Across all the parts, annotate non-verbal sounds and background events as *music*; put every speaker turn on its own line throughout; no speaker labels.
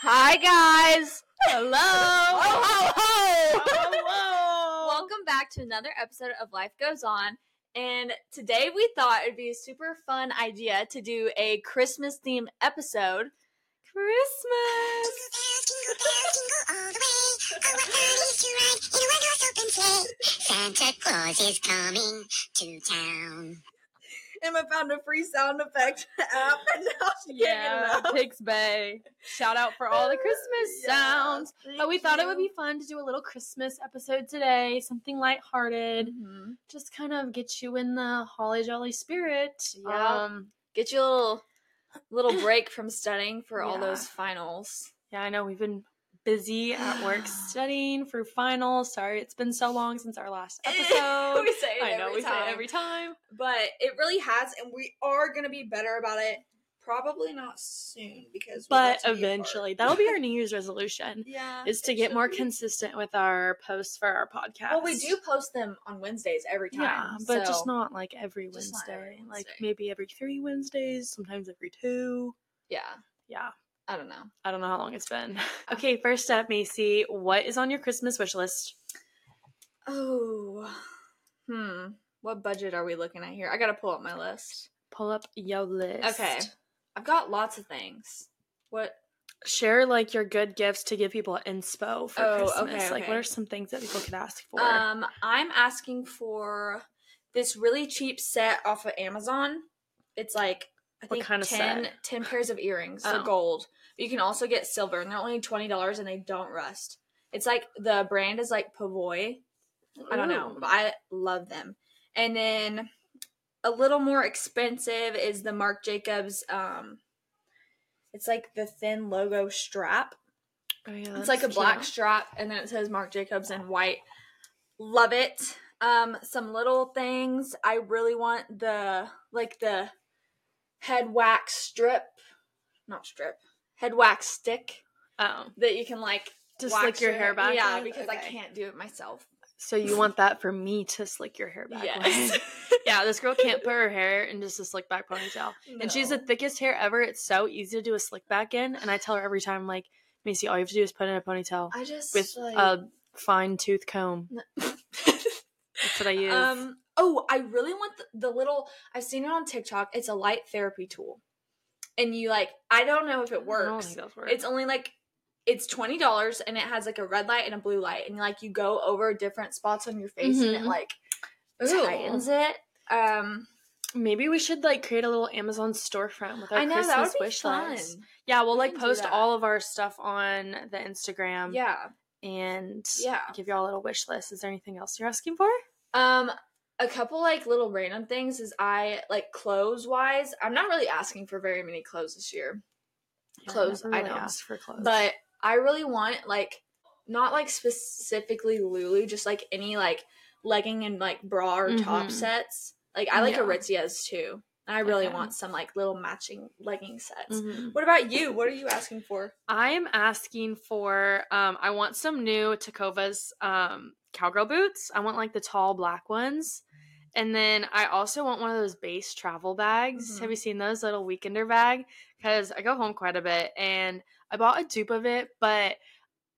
Hi guys. Hello.
ho, ho.
*laughs* Welcome back to another episode of Life Goes On. And today we thought it'd be a super fun idea to do a Christmas themed episode. Christmas.
Santa Claus is coming to town.
Emma found a free sound effect app, and now she
Yeah,
can't get enough.
Pigs Bay. Shout out for all the Christmas
Yeah,
sounds.
thank
But Oh, we thought it would
you.
be fun to do a little Christmas episode today, something lighthearted,
Mm-hmm.
just kind of get you in the holly jolly spirit.
Yeah.
Um,
Get you a little, little break from studying for all
Yeah.
those finals.
yeah, I know we've been busy at
*sighs*
work studying for finals. Sorry, it's been so long since our last episode.
*laughs* Eh, we say it
I know
every
we
time.
say it every time.
But it really has, and we are gonna be better about it. Probably not soon because, we're about
But
to be apart.
eventually, that'll be our New Year's
*laughs*
resolution.
yeah,
Is to
it
get
should
more
be.
consistent with our posts for our podcast.
Well, we do post them on Wednesdays every time.
Yeah, but
so-
just not like every Wednesday.
Just not every
Like
Wednesday.
maybe every three Wednesdays, sometimes every two.
Yeah,
Yeah.
I don't know.
I don't know how long it's been. *laughs* Okay, first up, Macy, what is on your Christmas wish list?
Oh, hmm. What budget are we looking at here? I gotta pull up my list.
Pull up your list.
Okay, I've got lots of things. What?
Share like your good gifts to give people inspo for
Oh, okay,
Christmas. Like, what
okay.
are some things that people could ask for?
Um, I'm asking for this really cheap set off of Amazon. It's like I
What
think
kinda
10,
set?
10 pairs of earrings.
Oh.
They're gold. You can also get silver, and they're only twenty dollars, and they don't rust. It's like the brand is like Pavoy. I don't know,
Ooh.
but I love them. And then a little more expensive is the Marc Jacobs. Um, it's like the thin logo strap.
Oh, yeah,
it's
that's
like a black
cute.
strap, and then it says Marc Jacobs in white. Love it. Um, some little things. I really want the like the head wax strip, not strip, head wax stick
oh,
that you can like
to
wax
slick your hair back.
Yeah,
with?
because I
Okay.
can't do it myself.
So you want that for me to slick your hair back? with?
*laughs* Yes.
yeah, this girl can't put her hair in just a slick *laughs* back ponytail. And she's the
No.
thickest hair ever. It's so easy to do a slick back in. And I tell her every time, like, Macy, all you have to do is put in a ponytail
I just
with uh,
like,
a fine tooth comb. That's what I
*laughs*
use.
um. Oh, I really want the, the little. I've seen it on TikTok. It's a light therapy tool, and you like. I don't know if it works. It's only like it's twenty dollars, and it has like a red light and a blue light, and like you go over different spots on your face, and it
Mhm.
like
Ooh.
tightens it. Um,
Maybe we should like create a little Amazon storefront with our
I know
Christmas
that would be
wish
fun.
list. Yeah, we'll
We
like
can do
post
that.
all of our stuff on the Instagram.
Yeah,
And
yeah.
give y'all a little wish list. Is there anything else you're asking for?
Um, a couple like little random things is I like clothes wise. I'm not really asking for very many clothes this year. Clothes
never
items.
asked for clothes.
but I really want like not like specifically Lulu, just like any like legging and like bra or top
Mhm.
sets. Like I like
Yeah.
Aritzia too, and I really
Okay.
want some like little matching legging sets.
Mhm.
What about you? What are you asking for?
I'm asking for um I want some new Takovas um cowgirl boots. I want like the tall black ones. And then I also want one of those base travel bags.
Mhm.
Have you seen those little weekender bag? Cuz I go home quite a bit and I bought a dupe of it, but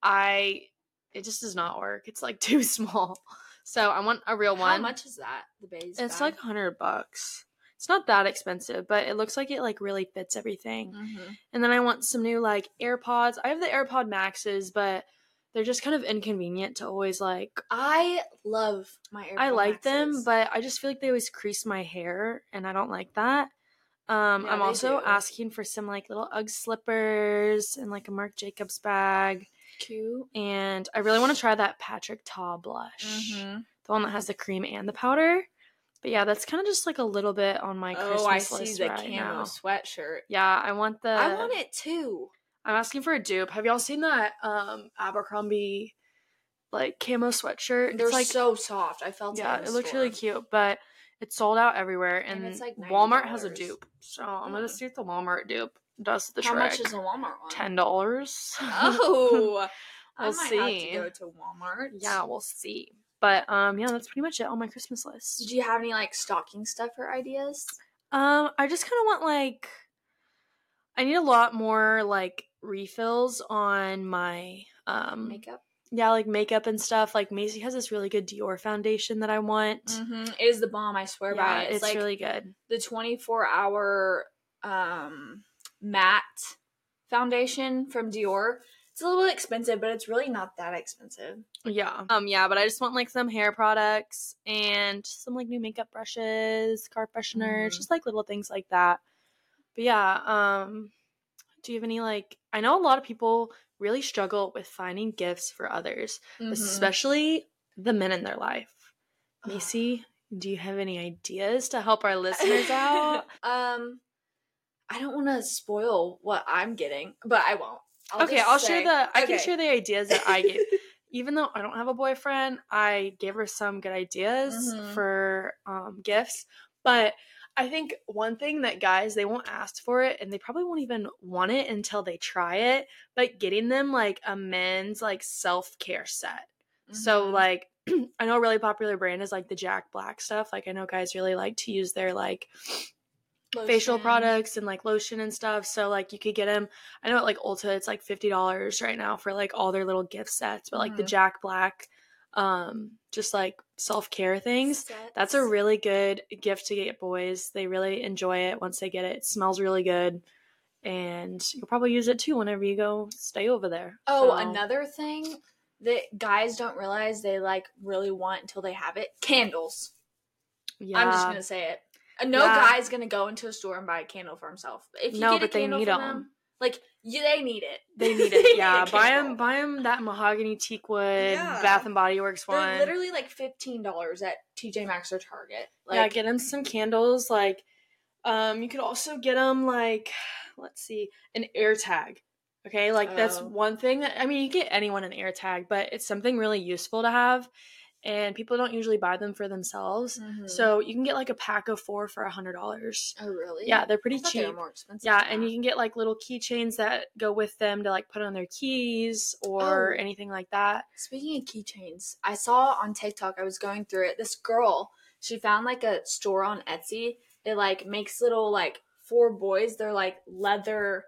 I it just does not work. It's like *laughs* too small. So I want a real
How
one.
much is that? The base.
It's like 100 bucks. It's not that expensive, but it looks like it like really fits everything.
Mm-hmm.
And then I want some new like AirPods. I have the AirPod Maxes, but they're just kind of inconvenient to always like.
I love my. AirPod
I like them,
Maxes.
but I just feel like they always crease my hair, and I don't like that. Um,
Yeah,
I'm
they
also
do.
asking for some like little UGG slippers and like a Marc Jacobs bag,
cute.
and I really want to try that Patrick Ta blush,
Mm-hmm.
the one that has the cream and the powder. But yeah, that's kind of just like a little bit on my Christmas
Oh, I see
list
the
right
camo
now. Uh,
sweatshirt.
Yeah, I want the
I want it too.
I'm asking for a dupe. Have y'all seen that um Abercrombie like camo sweatshirt?
They're
it's like
so soft. I felt
yeah,
it. in
it
the
looks
store.
really cute, but it's sold out everywhere, and,
And it's like
Walmart has a
$90.
dupe. So I'm gonna
Mm.
see if the Walmart dupe does the
How
trick.
much is a Walmart one?
Ten dollars.
Oh, I
We'll
might
see.
have to go to Walmart.
*laughs* yeah, we'll see. But um, yeah, that's pretty much it on my Christmas list.
Did you have any like stocking stuffer ideas?
Um, I just kind of want like, I need a lot more like refills on my um
Makeup.
yeah, like makeup and stuff. Like Macy has this really good Dior foundation that I want.
Mm-hmm. It is the bomb. I swear by
Yeah,
it.
it's
It's, like
really good.
the 24 hour um, matte foundation from Dior. It's a little bit expensive, but it's really not that expensive.
Yeah. Um yeah, but I just want like some hair products and some like new makeup brushes, car fresheners,
Mhm.
just like little things like that. But yeah, um do you have any like I know a lot of people really struggle with finding gifts for others, especially the men in their life. Macy, do you have any ideas to help our listeners *laughs* out?
um, I don't want to spoil what I'm getting, but I won't.
okay,
just
I'll
say-
share the I can
Okay.
share the ideas that
*laughs*
I gave. Even though I don't have a boyfriend, I gave her some good ideas
Mhm.
for um, gifts. But I think one thing that guys they won't ask for it and they probably won't even want it until they try it. But getting them like a men's like self care set. So
Mhm.
like *clears throat* I know a really popular brand is like the Jack Black stuff. Like I know guys really like to use their like facial
Lotion.
products and like lotion and stuff. So like you could get them. I know at like Ulta it's like fifty dollars right now for like all their little gift sets, but like the
Mhm.
Jack Black, um, just like self care things. That's a
Sets.
really good gift to get boys. They really enjoy it once they get it. It smells really good, and you'll probably use it too whenever you go stay over there.
Oh,
So-
another thing that guys don't realize they like really want until they have it candles.
Yeah.
I'm just gonna say it. Uh, No
Yeah.
guy's gonna go into a store and buy a candle for himself. If you
No,
get a
but they
candle
need
for
'em.
them, like you, they need it. *laughs*
they need it.
a
Yeah, buy them,
candle.
buy them that mahogany teak wood
Yeah.
Bath and Body Works one.
They're literally like fifteen dollars at TJ Maxx or Target. Like,
yeah, get him some candles. Like, um, you could also get him like, *sighs* let's see, an air tag. Okay, like that's
Oh.
one thing that I mean, you get anyone an air tag, but it's something really useful to have, and people don't usually buy them for themselves.
Mhm.
So you can get like a pack of four for a hundred dollars.
oh really?
Yeah, they're
I
pretty
thought they were
cheap.
more expensive.
Yeah,
than
and
that.
you can get like little keychains that go with them to like put on their keys or
Oh.
anything like that.
Speaking of keychains, I saw on TikTok, I was going through it. This girl, she found like a store on Etsy that like makes little like for boys, they're like leather,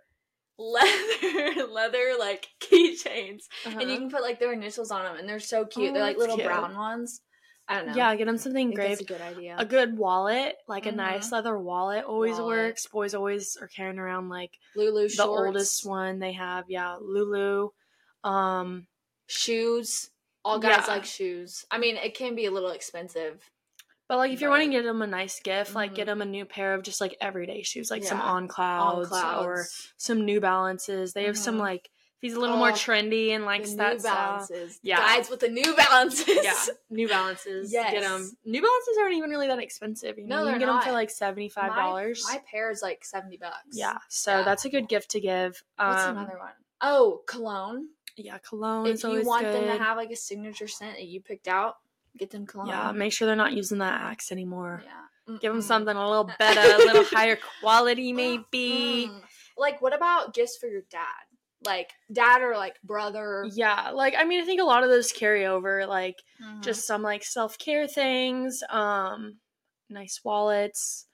*laughs* leather, leather like *laughs* keychains. And you can put like their initials on them and they're so cute.
Uh-huh. Oh,
they're like
that's
little
cute.
brown ones. I don't know.
Yeah, get them
I
something
think that's
engraved.
a good idea.
a good wallet, like a
Mhm.
nice leather wallet, always
Wallet.
works. Boys always are carrying around like
Lulu shorts.
the oldest one they have. Yeah, Lulu. Um,
Shoes. All guys
Yeah.
like shoes. I mean, it can be a little expensive.
but like if you're
Right.
wanting to get them a nice gift, like
Mhm.
get them a new pair of just like everyday shoes, like some
Yeah.
on
On
clouds,
clouds.
or some New Balances. They have some
Mhm.
like if he's a little more
Oh,
trendy and
The
likes
New
that style.
Balances.
Yeah.
Guys with the New Balances.
Yeah, *laughs* New Balances. Get
Yes.
them. New Balances aren't even really that expensive. You
No,
know, you can get
they're
them for
not.
like seventy five dollars.
My, my pair is like seventy bucks.
Yeah, so
Yeah.
that's a good gift to give. Um,
What's another one? Oh, cologne.
Yeah, cologne.
If
is
you
always
want
good.
them to have like a signature scent that you picked out, get them cologne.
Yeah, make sure they're not using that axe anymore.
Yeah. Mm-hmm.
Give them
Mm-mm.
something
*laughs*
a little better, a little higher quality,
Mm-hmm.
maybe.
Mm-mm. Mm. Like, what about gifts for your dad? Like dad or like brother?
Yeah, like I mean, I think a lot of those carry over, like
Mhm.
just some like self care things, um, nice wallets,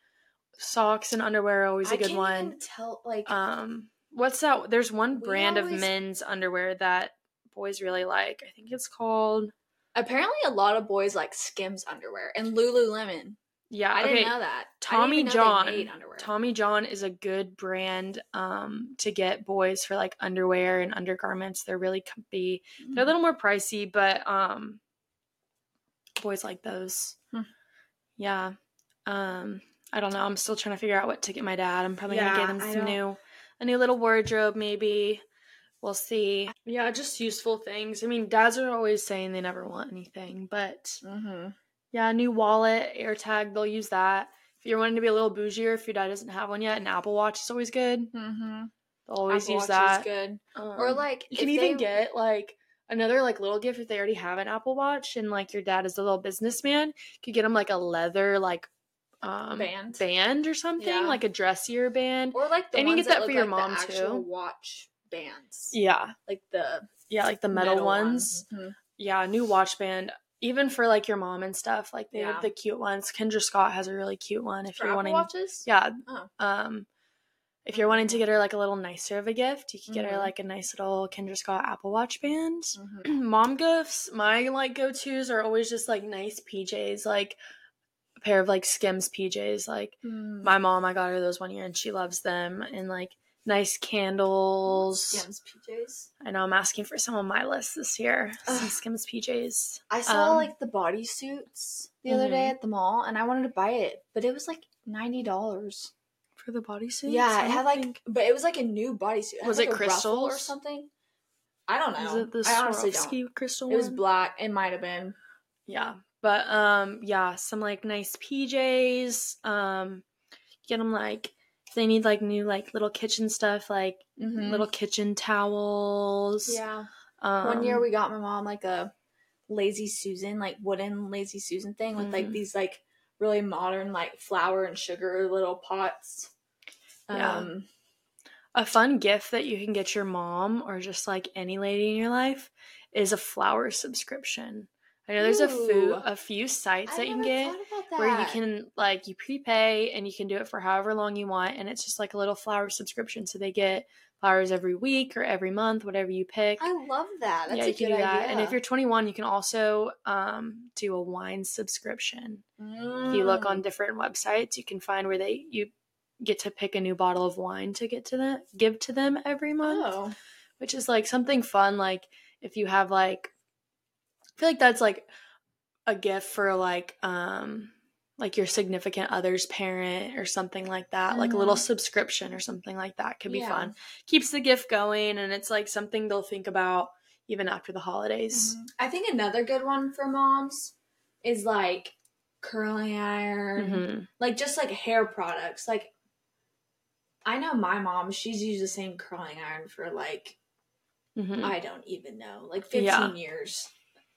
socks and underwear are always
I
a good
can't
one.
even Tell like
Um, what's that? There's one
We
brand of
always-
men's underwear that boys really like. I think it's called.
apparently a lot of boys like Skims underwear and Lululemon.
Yeah,
I
okay.
didn't know that.
Tommy
I didn't even know
John.
they made underwear.
Tommy John is a good brand um, to get boys for like underwear and undergarments. They're really comfy.
Mm-hmm.
They're a little more pricey, but um, boys like those.
Hmm.
Yeah. Um, I don't know. I'm still trying to figure out what to get my dad. I'm probably gonna
Yeah,
get him
I don't-
some new, a new little wardrobe maybe. We'll see. Yeah, just useful things. I mean, dads are always saying they never want anything, but
Mm-hmm.
yeah, new wallet, AirTag, they'll use that. If you're wanting to be a little bougier, if your dad doesn't have one yet, an Apple Watch is always good.
Mm-hmm.
They'll always
Apple Watch is
use that.
good.
Um,
or like
you can
if
even
they-
get like another like little gift if they already have an Apple Watch and like your dad is a little businessman, you could get him like a leather like um
Band.
band or something,
Yeah.
like a dressier band.
or like the
And you
ones
can get that
look
for your
like the
mom,
actual
too.
watch bands
Yeah.
like the
Yeah, like the metal, ones.
Mhm.
yeah, new watch band. Even for like your mom and stuff, like they
Yeah.
have the cute ones. Kendra Scott has a really cute one. If
for
you're
Apple
wanting,
watches.
yeah,
Oh.
um, If you're wanting to get her like a little nicer of a gift, you could get her
Mm-hmm.
like a nice little Kendra Scott Apple Watch band.
Mm.
*clears throat* Mom gifts, my like go tos are always just like nice PJs, like a pair of like Skims PJs. Like
Mm-hmm.
my mom, I got her those one year and she loves them, and like nice candles.
Skims PJs.
I know I'm asking for some on my list this year. Some
Ugh.
Skims PJs.
I saw
Um, mm-hmm.
like the bodysuits the other day at the mall, and I wanted to buy it, but it was like ninety dollars.
For the bodysuit?
Yeah, it had like, but it was like a new bodysuit. had,
Was
like,
it
a ruffle or
crystals?
something? I don't know.
Is it the
I honestly don't.
Swarovski crystal
It was
one?
black. It might have been.
Yeah. But um yeah, some like nice PJs. Um get them like if they need like new like little kitchen stuff like little kitchen towels.
Mm-hmm. Yeah.
Um,
One year we got my mom like a lazy Susan, like wooden lazy Susan thing with like
Mhm.
these like really modern like flour and sugar little pots.
Yeah.
Um
a fun gift that you can get your mom or just like any lady in your life is a flower subscription. I know there's a few
Ooh.
a few sites
I
that you can
never
get
thought about
where you
that.
can like you prepay and you can do it for however long you want and it's just like a little flower subscription so they get flowers every week or every month whatever you pick
I love that. That's a
you
good
can do that.
idea.
And if you're 21, you can also um, do a wine subscription.
Mm.
If you look on different websites, you can find where they you get to pick a new bottle of wine to get to them, give to them every month,
Oh.
which is like something fun. Like if you have like, I feel like that's like a gift for like um like your significant other's parent or something like that like a little subscription or something like that could be
Mm. Yeah.
fun keeps the gift going and it's like something they'll think about even after the holidays
I think another good one for moms is like curling iron,
Mhm.
like just like hair products. Like I know my mom, she's used the same curling iron for like
Mhm.
I don't even know, like 15
Yeah.
years.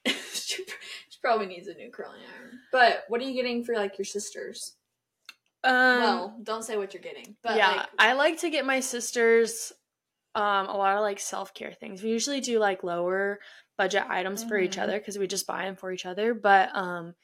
*laughs* she, pr- she probably needs a new curling iron. But what are you getting for like your sisters?
um
well, don't say what you're getting. But
yeah
like,
i like to get my sisters um a lot of like self-care things we usually do like lower budget items for each
Mhm.
other because we just buy them for each other but um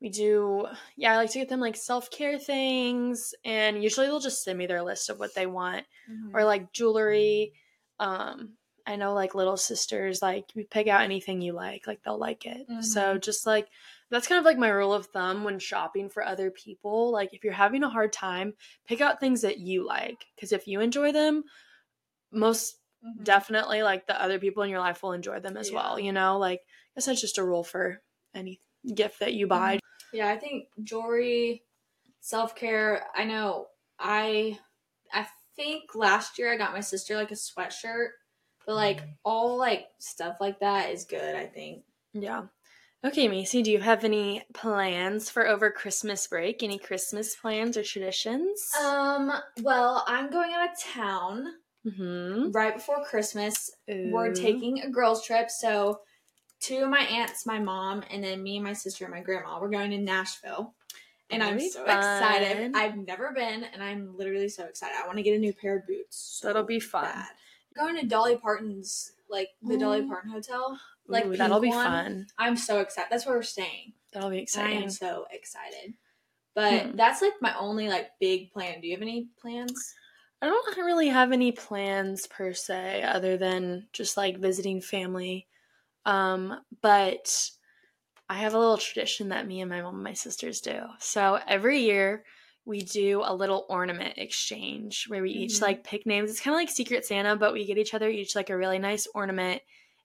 we do yeah i like to get them like self-care things and usually they'll just send me their list of what they want
Mhm.
or like jewelry um i know like little sisters like you pick out anything you like like they'll like it so just like that's kind of like my rule of thumb when shopping for other people like if you're having a hard time pick out things that you like because if you enjoy them most
Mhm.
definitely like the other people in your life will enjoy them as
Yeah.
well you know like I guess that's just a rule for any gift that you buy
yeah, I think jewelry, self care. I know I, I think last year I got my sister like a sweatshirt, but like all like stuff like that is good. I think.
yeah okay macy do you have any plans for over christmas break any christmas plans or traditions
Um. Well, I'm going out of town
Mm-hmm.
right before Christmas. We're taking a girls trip, so two of my aunts, my mom, and then me and my sister and my grandma. We're going to Nashville. And I'm
Very
so
fun.
excited. I've never been and I'm literally so excited. I want to get a new pair of boots. so
That'll be fun.
bad. Going to Dolly Parton's like the Dolly
Oh.
Parton hotel.
Like
like,
that'll
pink
be
one.
fun.
I'm so excited. That's where we're staying.
That'll be
And I
exciting.
am so excited. But
Hmm.
that's like my only like big plan. Do you have any plans?
I don't really have any plans per se, other than just like visiting family. Um, but I have a little tradition that me and my mom and my sisters do. So every year we do a little ornament exchange where we each
Mhm.
like pick names. It's kind of like Secret Santa, but we get each other each like a really nice ornament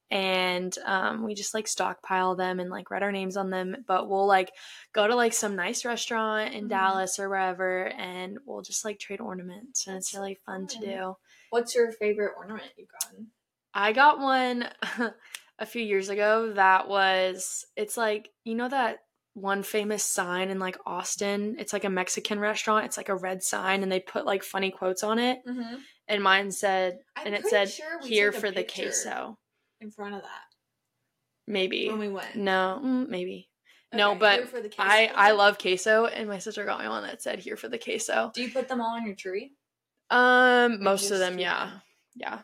and um, we just like stockpile them and like write our names on them. But we'll like go to like some nice restaurant in
Mhm.
Dallas or wherever and we'll just like trade ornaments and it's
That's
really fun to
fun.
do.
What's your favorite ornament you've gotten?
I got one *laughs* a few years ago that was it's like you know that one famous sign in like Austin, it's like a Mexican restaurant, it's like a red sign and they put like funny quotes on it
Mm-hmm.
and mine said
I'm
and it
pretty
said
sure we
here
took a
for the
picture
queso.
in front of that
Maybe.
when we went.
No, mm, maybe. no,
Okay,
but
here for the queso.
I I love queso and my sister got me one that said here for the queso.
Do you put them all on your tree?
Um, most of
just
them,
keep
yeah,
them.
yeah.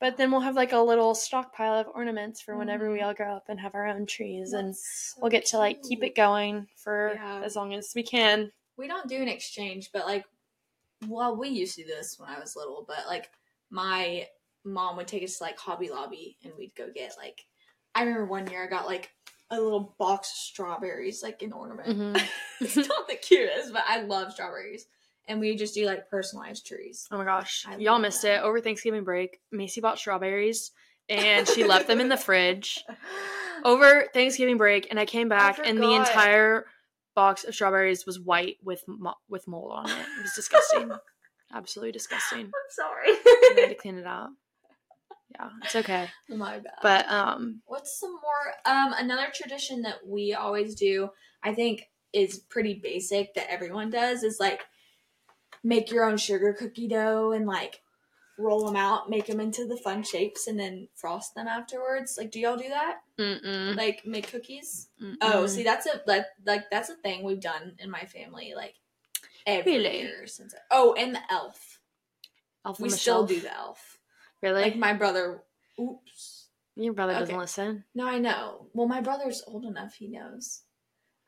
But then we'll have like a little stockpile of ornaments for whenever we all grow up and have our own trees, and
That's so
we'll get to like keep
cute.
it going for
Yeah.
as long as we can.
We don't do an exchange, but like well, we used to do this when I was little, but like my mom would take us to like Hobby Lobby and we'd go get like I remember one year I got like a little box of strawberries, like an ornament.
Mhm.
*laughs* it's not the cutest, but I love strawberries. And we just do like personalized
*laughs*
trees.
Oh my gosh.
I
Y'all
love
missed
that.
it. Over Thanksgiving break, Macy bought strawberries *laughs* and she left them in the fridge over Thanksgiving break. And I came back and the
forgot.
entire box of strawberries was white with mo- with mold on it. It was *laughs* disgusting. Absolutely *laughs* disgusting.
I'm sorry.
I had to clean it out. Yeah, it's okay.
My bad.
But um,
What's some more? Um, another tradition that we always do, I think, is pretty basic that everyone does is like make your own sugar cookie dough and like roll them out, make them into the fun shapes, and then frost them afterwards. Like, do y'all do that?
mm-mm,
Like, make cookies?
mm-mm.
Oh, see, that's a that, like that's a thing we've done in my family like every
Really?
year since. I, oh, and the elf.
Elf on
we
the
still
shelf.
do the elf.
Really?
Like my brother. Oops.
Your brother doesn't
okay.
listen.
No, I know. Well, my brother's old enough; he knows.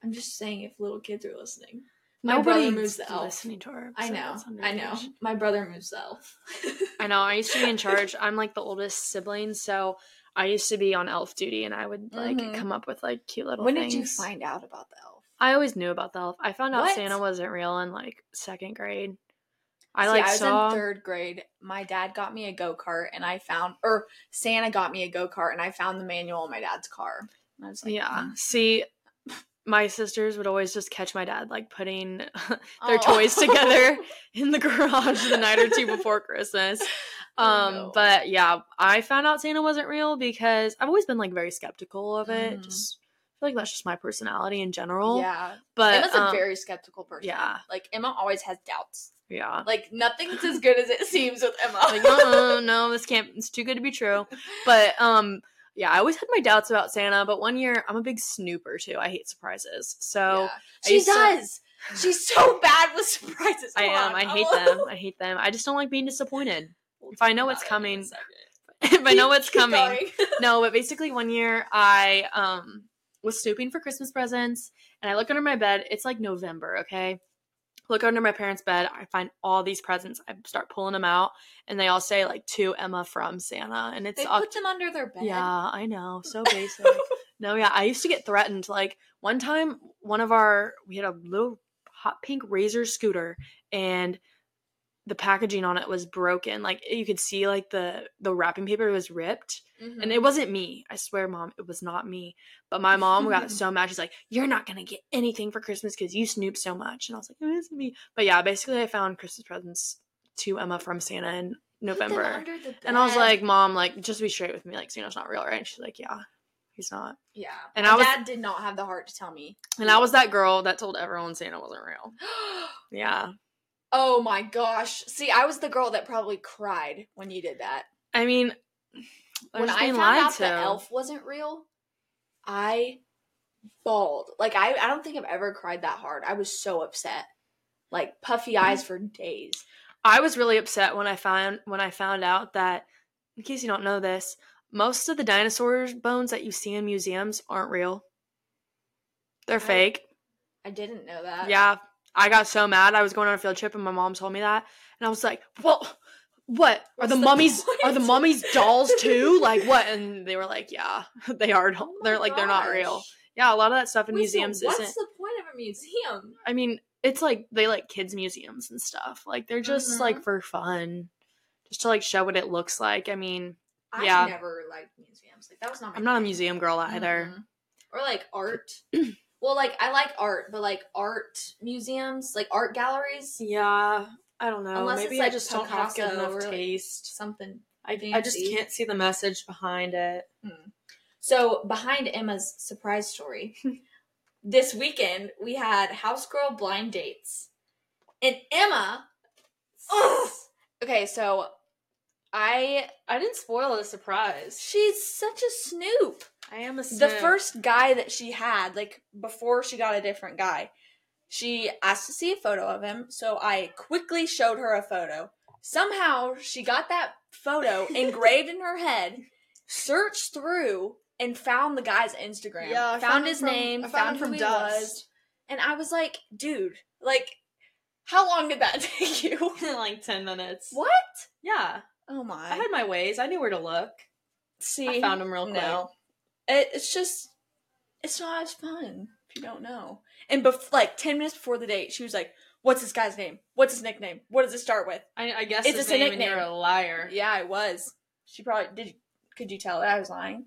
I'm just saying, if little kids are listening, my brother moves the elf.
listening to her.
I
so
know.
that's
I know.
underage.
My brother moves the elf.
*laughs* I know. I used to be in charge. I'm like the oldest sibling, so I used to be on elf duty, and I would like
Mhm.
come up with like cute little.
when
things.
did you find out about the elf?
I always knew about the elf. I found out
What?
Santa wasn't real in like second grade. I
See,
like
I was
saw.
in third grade. My dad got me a go kart, and I found, or Santa got me a go kart, and I found the manual in my dad's car. And I was like,
yeah.
"Hmm."
See, my sisters would always just catch my dad like putting their
Oh. *laughs*
toys together in the garage the night or two before Christmas.
Oh,
Um,
no.
but yeah, I found out Santa wasn't real because I've always been like very skeptical of it.
Mhm.
Just I feel like that's just my personality in general.
yeah.
But
Emma's a
um,
very skeptical person.
yeah.
Like Emma always has doubts. *laughs*
yeah.
Like nothing's as good as it seems with Emma.
Like, uh-uh, no, this can't. It's too good to be true. But um, yeah, I always had my doubts about Santa. But one year, I'm a big snooper too. I hate surprises, so
Yeah.
I
She
used to-
does. She's so *laughs* bad with surprises.
I
Hold
am.
on,
I
I'm
hate
a *laughs*
them.
little-
I hate them. I just don't like being disappointed. *laughs*
We'll
If I
talk
know what's
about it in a
coming.
second. *laughs*
if I know what's
Keep
coming.
going.
no, but basically one year I um was snooping for Christmas presents and I look under my bed. It's like November, okay? Look under my parents' bed. I find all these presents. I start pulling them out and they all say like to Emma from Santa and it's
They
Oct-
put them under their bed.
Yeah, I know. So
*laughs*
basic. no, yeah, I used to get threatened like one time one of our we had a little hot pink razor scooter and the packaging on it was broken. Like you could see like the the wrapping paper was ripped.
Mm-hmm.
And it wasn't me. I swear, mom, it was not me. But my
*laughs*
mom got so mad. She's like, You're not going to get anything for Christmas because you snoop so much. And I was like, It isn't me. But yeah, basically, I found Christmas presents to Emma from Santa in
Put them
November.
under the
And I was
bed.
like, Mom, like, just be straight with me. Like, Santa's not real, right? And she's like, Yeah, he's not.
yeah.
and
My
I was-
dad did not have the heart to tell me. *gasps*
And I was that girl that told everyone Santa wasn't real. Yeah.
oh my gosh. See, I was the girl that probably cried when you did that.
I mean, I
when
was just
I
being
found
lied
out
to.
the elf wasn't real, I bawled. Like I, I don't think I've ever cried that hard. I was so upset. Like puffy eyes
Mm-hmm.
for days.
I was really upset when I found when I found out that, in case you don't know this, most of the dinosaur bones that you see in museums aren't real. They're
Right.
fake.
I didn't know that.
yeah, I got so mad. I was going on a field trip and my mom told me that, and I was like, "Well, what are
What's
the
the
mummies? Are the
point?"
mummies
*laughs*
dolls too? Like what?" And they were like, "Yeah, *laughs* they are. doll-
Oh my
they're like they're not real."
gosh.
Yeah, a lot of that stuff in
Wait, so
museums
what's
isn't.
the point of a museum?
I mean, it's like they like kids museums and stuff. Like they're just like for fun, just to like show what it looks like. I mean,
I
Yeah.
never liked museums. Like that was not. My
I'm not a
thing.
museum girl either.
Mhm. Or like
*clears throat*
art. well, like I like art, but like art museums, like art galleries,
Yeah, I don't know.
Unless
Maybe
it's,
I
like,
just don't have good
Picasso
enough
or, like-
taste.
something.
I, I just
fancy.
can't see the message behind it.
So behind Emma's surprise *laughs* story, this weekend we had house girl blind dates, and Emma. Ugh. okay, so I
I didn't spoil the surprise.
she's such a snoop.
I am a
the
*laughs*
first guy that she had, like before she got a different guy, she asked to see a photo of him. So I quickly showed her a photo. Somehow she got that
*laughs*
photo engraved in her head, searched through, and found the guy's Instagram.
Yeah, I
found,
found him
his
from-
name,
I found
found,
him
who
from
he
Dust.
was. And I was like, dude, like How long did that *laughs* take
*laughs*
you?
like 10 minutes.
What?
Yeah.
Oh my.
I had my ways. I knew where to look.
See,
I found them real quick.
no. It, it's just, it's not as fun if you don't know. And bef- like 10 minutes before the date, she was like, What's this guy's name? What's his nickname? What does it start with?
I, I guess
It's
it's
just a
name and
nickname.
you're a liar.
Yeah, I was. She probably did. Could you tell that I was lying?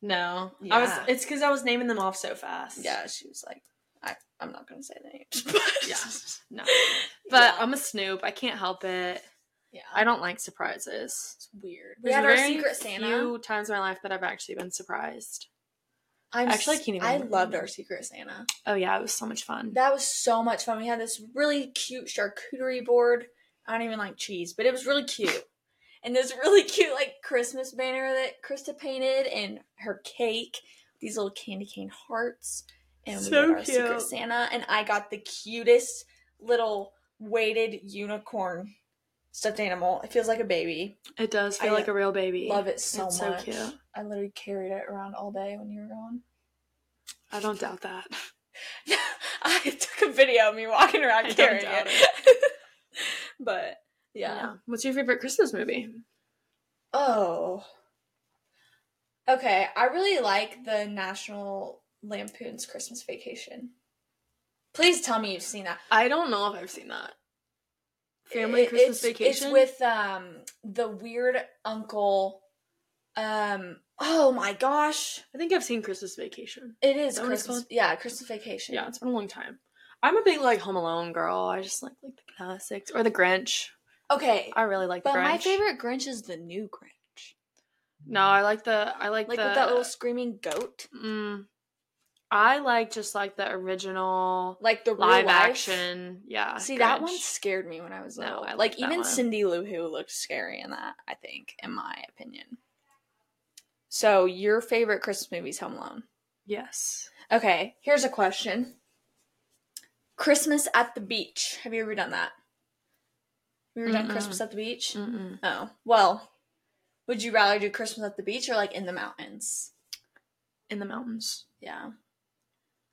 No. I was
Yeah.
it's cuz I was naming them off so fast.
Yeah, she was like, I, I'm not going to say the *laughs* names.
Yeah. No. But
But
I'm a snoop. I can't help it.
yeah,
I don't like surprises.
it's weird.
There's
we had our
very
secret Santa.
Few times in my life that I've actually been surprised.
I'm
actually, I
s-
can't even
I
remember.
loved our secret Santa.
Oh yeah, it was so much fun.
That was so much fun. We had this really cute charcuterie board. I don't even like cheese, but it was really cute. And this really *laughs* cute like Christmas banner that Krista painted and her cake, these little candy cane hearts. And we
So
got our secret
cute.
Santa. And I got the cutest little weighted unicorn stuffed animal. It feels like a baby.
It does feel
I
like a real baby.
Love it so
it's so
much.
cute.
I literally carried it around all day when you were gone.
I don't doubt that.
*laughs* I took a video of me walking around
*laughs* I don't
carrying
doubt
it. *laughs* but yeah.
What's your favorite Christmas movie?
Oh. Okay, I really like the National Lampoon's Christmas Vacation. Please tell me you've seen that.
I don't know if I've seen that. Family
It- it's-
Christmas Vacation.
It's with um the weird uncle. Um. Oh my gosh,
I think I've seen Christmas Vacation.
it is
That one is
Christmas.
called-
Yeah, Christmas Vacation.
Yeah, it's been a long time. I'm a big like Home Alone girl. I just like like the classics or the Grinch.
Okay,
I really like
but
the Grinch.
my favorite Grinch is the new Grinch,
No, I like the I like,
like
the,
with that little screaming goat,
Mm, I like just like the original
like the real
live
life.
action. Yeah.
See, that
Grinch.
one scared me when I was
No,
little.
I like
like
that
even
one.
Cindy Lou Who looked scary in that. I think, in my opinion. So your favorite Christmas movie is Home Alone.
Yes.
Okay, here's a question. Christmas at the beach. Have you ever done that? Have you ever done
Mm-mm. Mm.
Christmas at the beach?
Mm-mm.
Oh well. Would you rather do Christmas at the beach or like in the mountains?
In the mountains.
Yeah,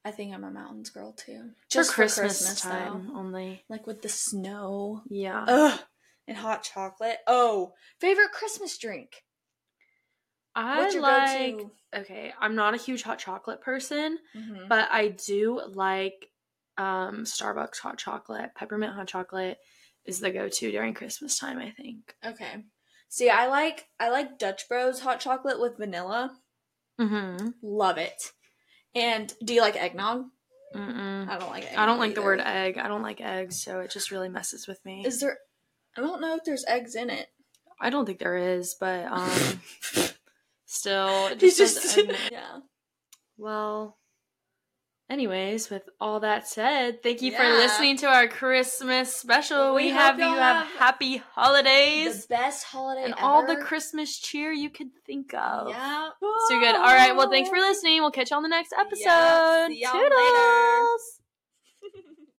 I think I'm a mountains girl too.
Just for Christmas,
though.
time only. Oh,
like with the snow.
Yeah.
Ugh. And hot chocolate. Oh, favorite Christmas drink.
I
your
like. mm-hmm.
go-to?
Okay, I'm not a huge hot chocolate person,
Mhm.
but I do like um Starbucks hot chocolate. Peppermint hot chocolate is the go-to during Christmas time. I think.
Okay. See, I like I like Dutch Bros hot chocolate with vanilla.
Mm-hmm.
Love it. And do you like eggnog?
Mm-mm.
I don't like. Eggnog
I don't like the
either.
word egg. I don't like eggs, so it just really messes with me.
Is there? I don't know if there's eggs in it.
I don't think there is, but
*laughs*
um, still, it
He
just, doesn't- *laughs*
yeah.
well. Anyways, with all that said, thank you for
Yeah.
listening to our Christmas special.
We
We,
hope
have you
y'all
have
have
happy holidays.
The best holiday
and all the
ever.
Christmas cheer you could think of.
Yeah.
So good. All right. Well, thanks for listening. We'll catch you on the next episode.
Yeah, see y'all later.
Toodles.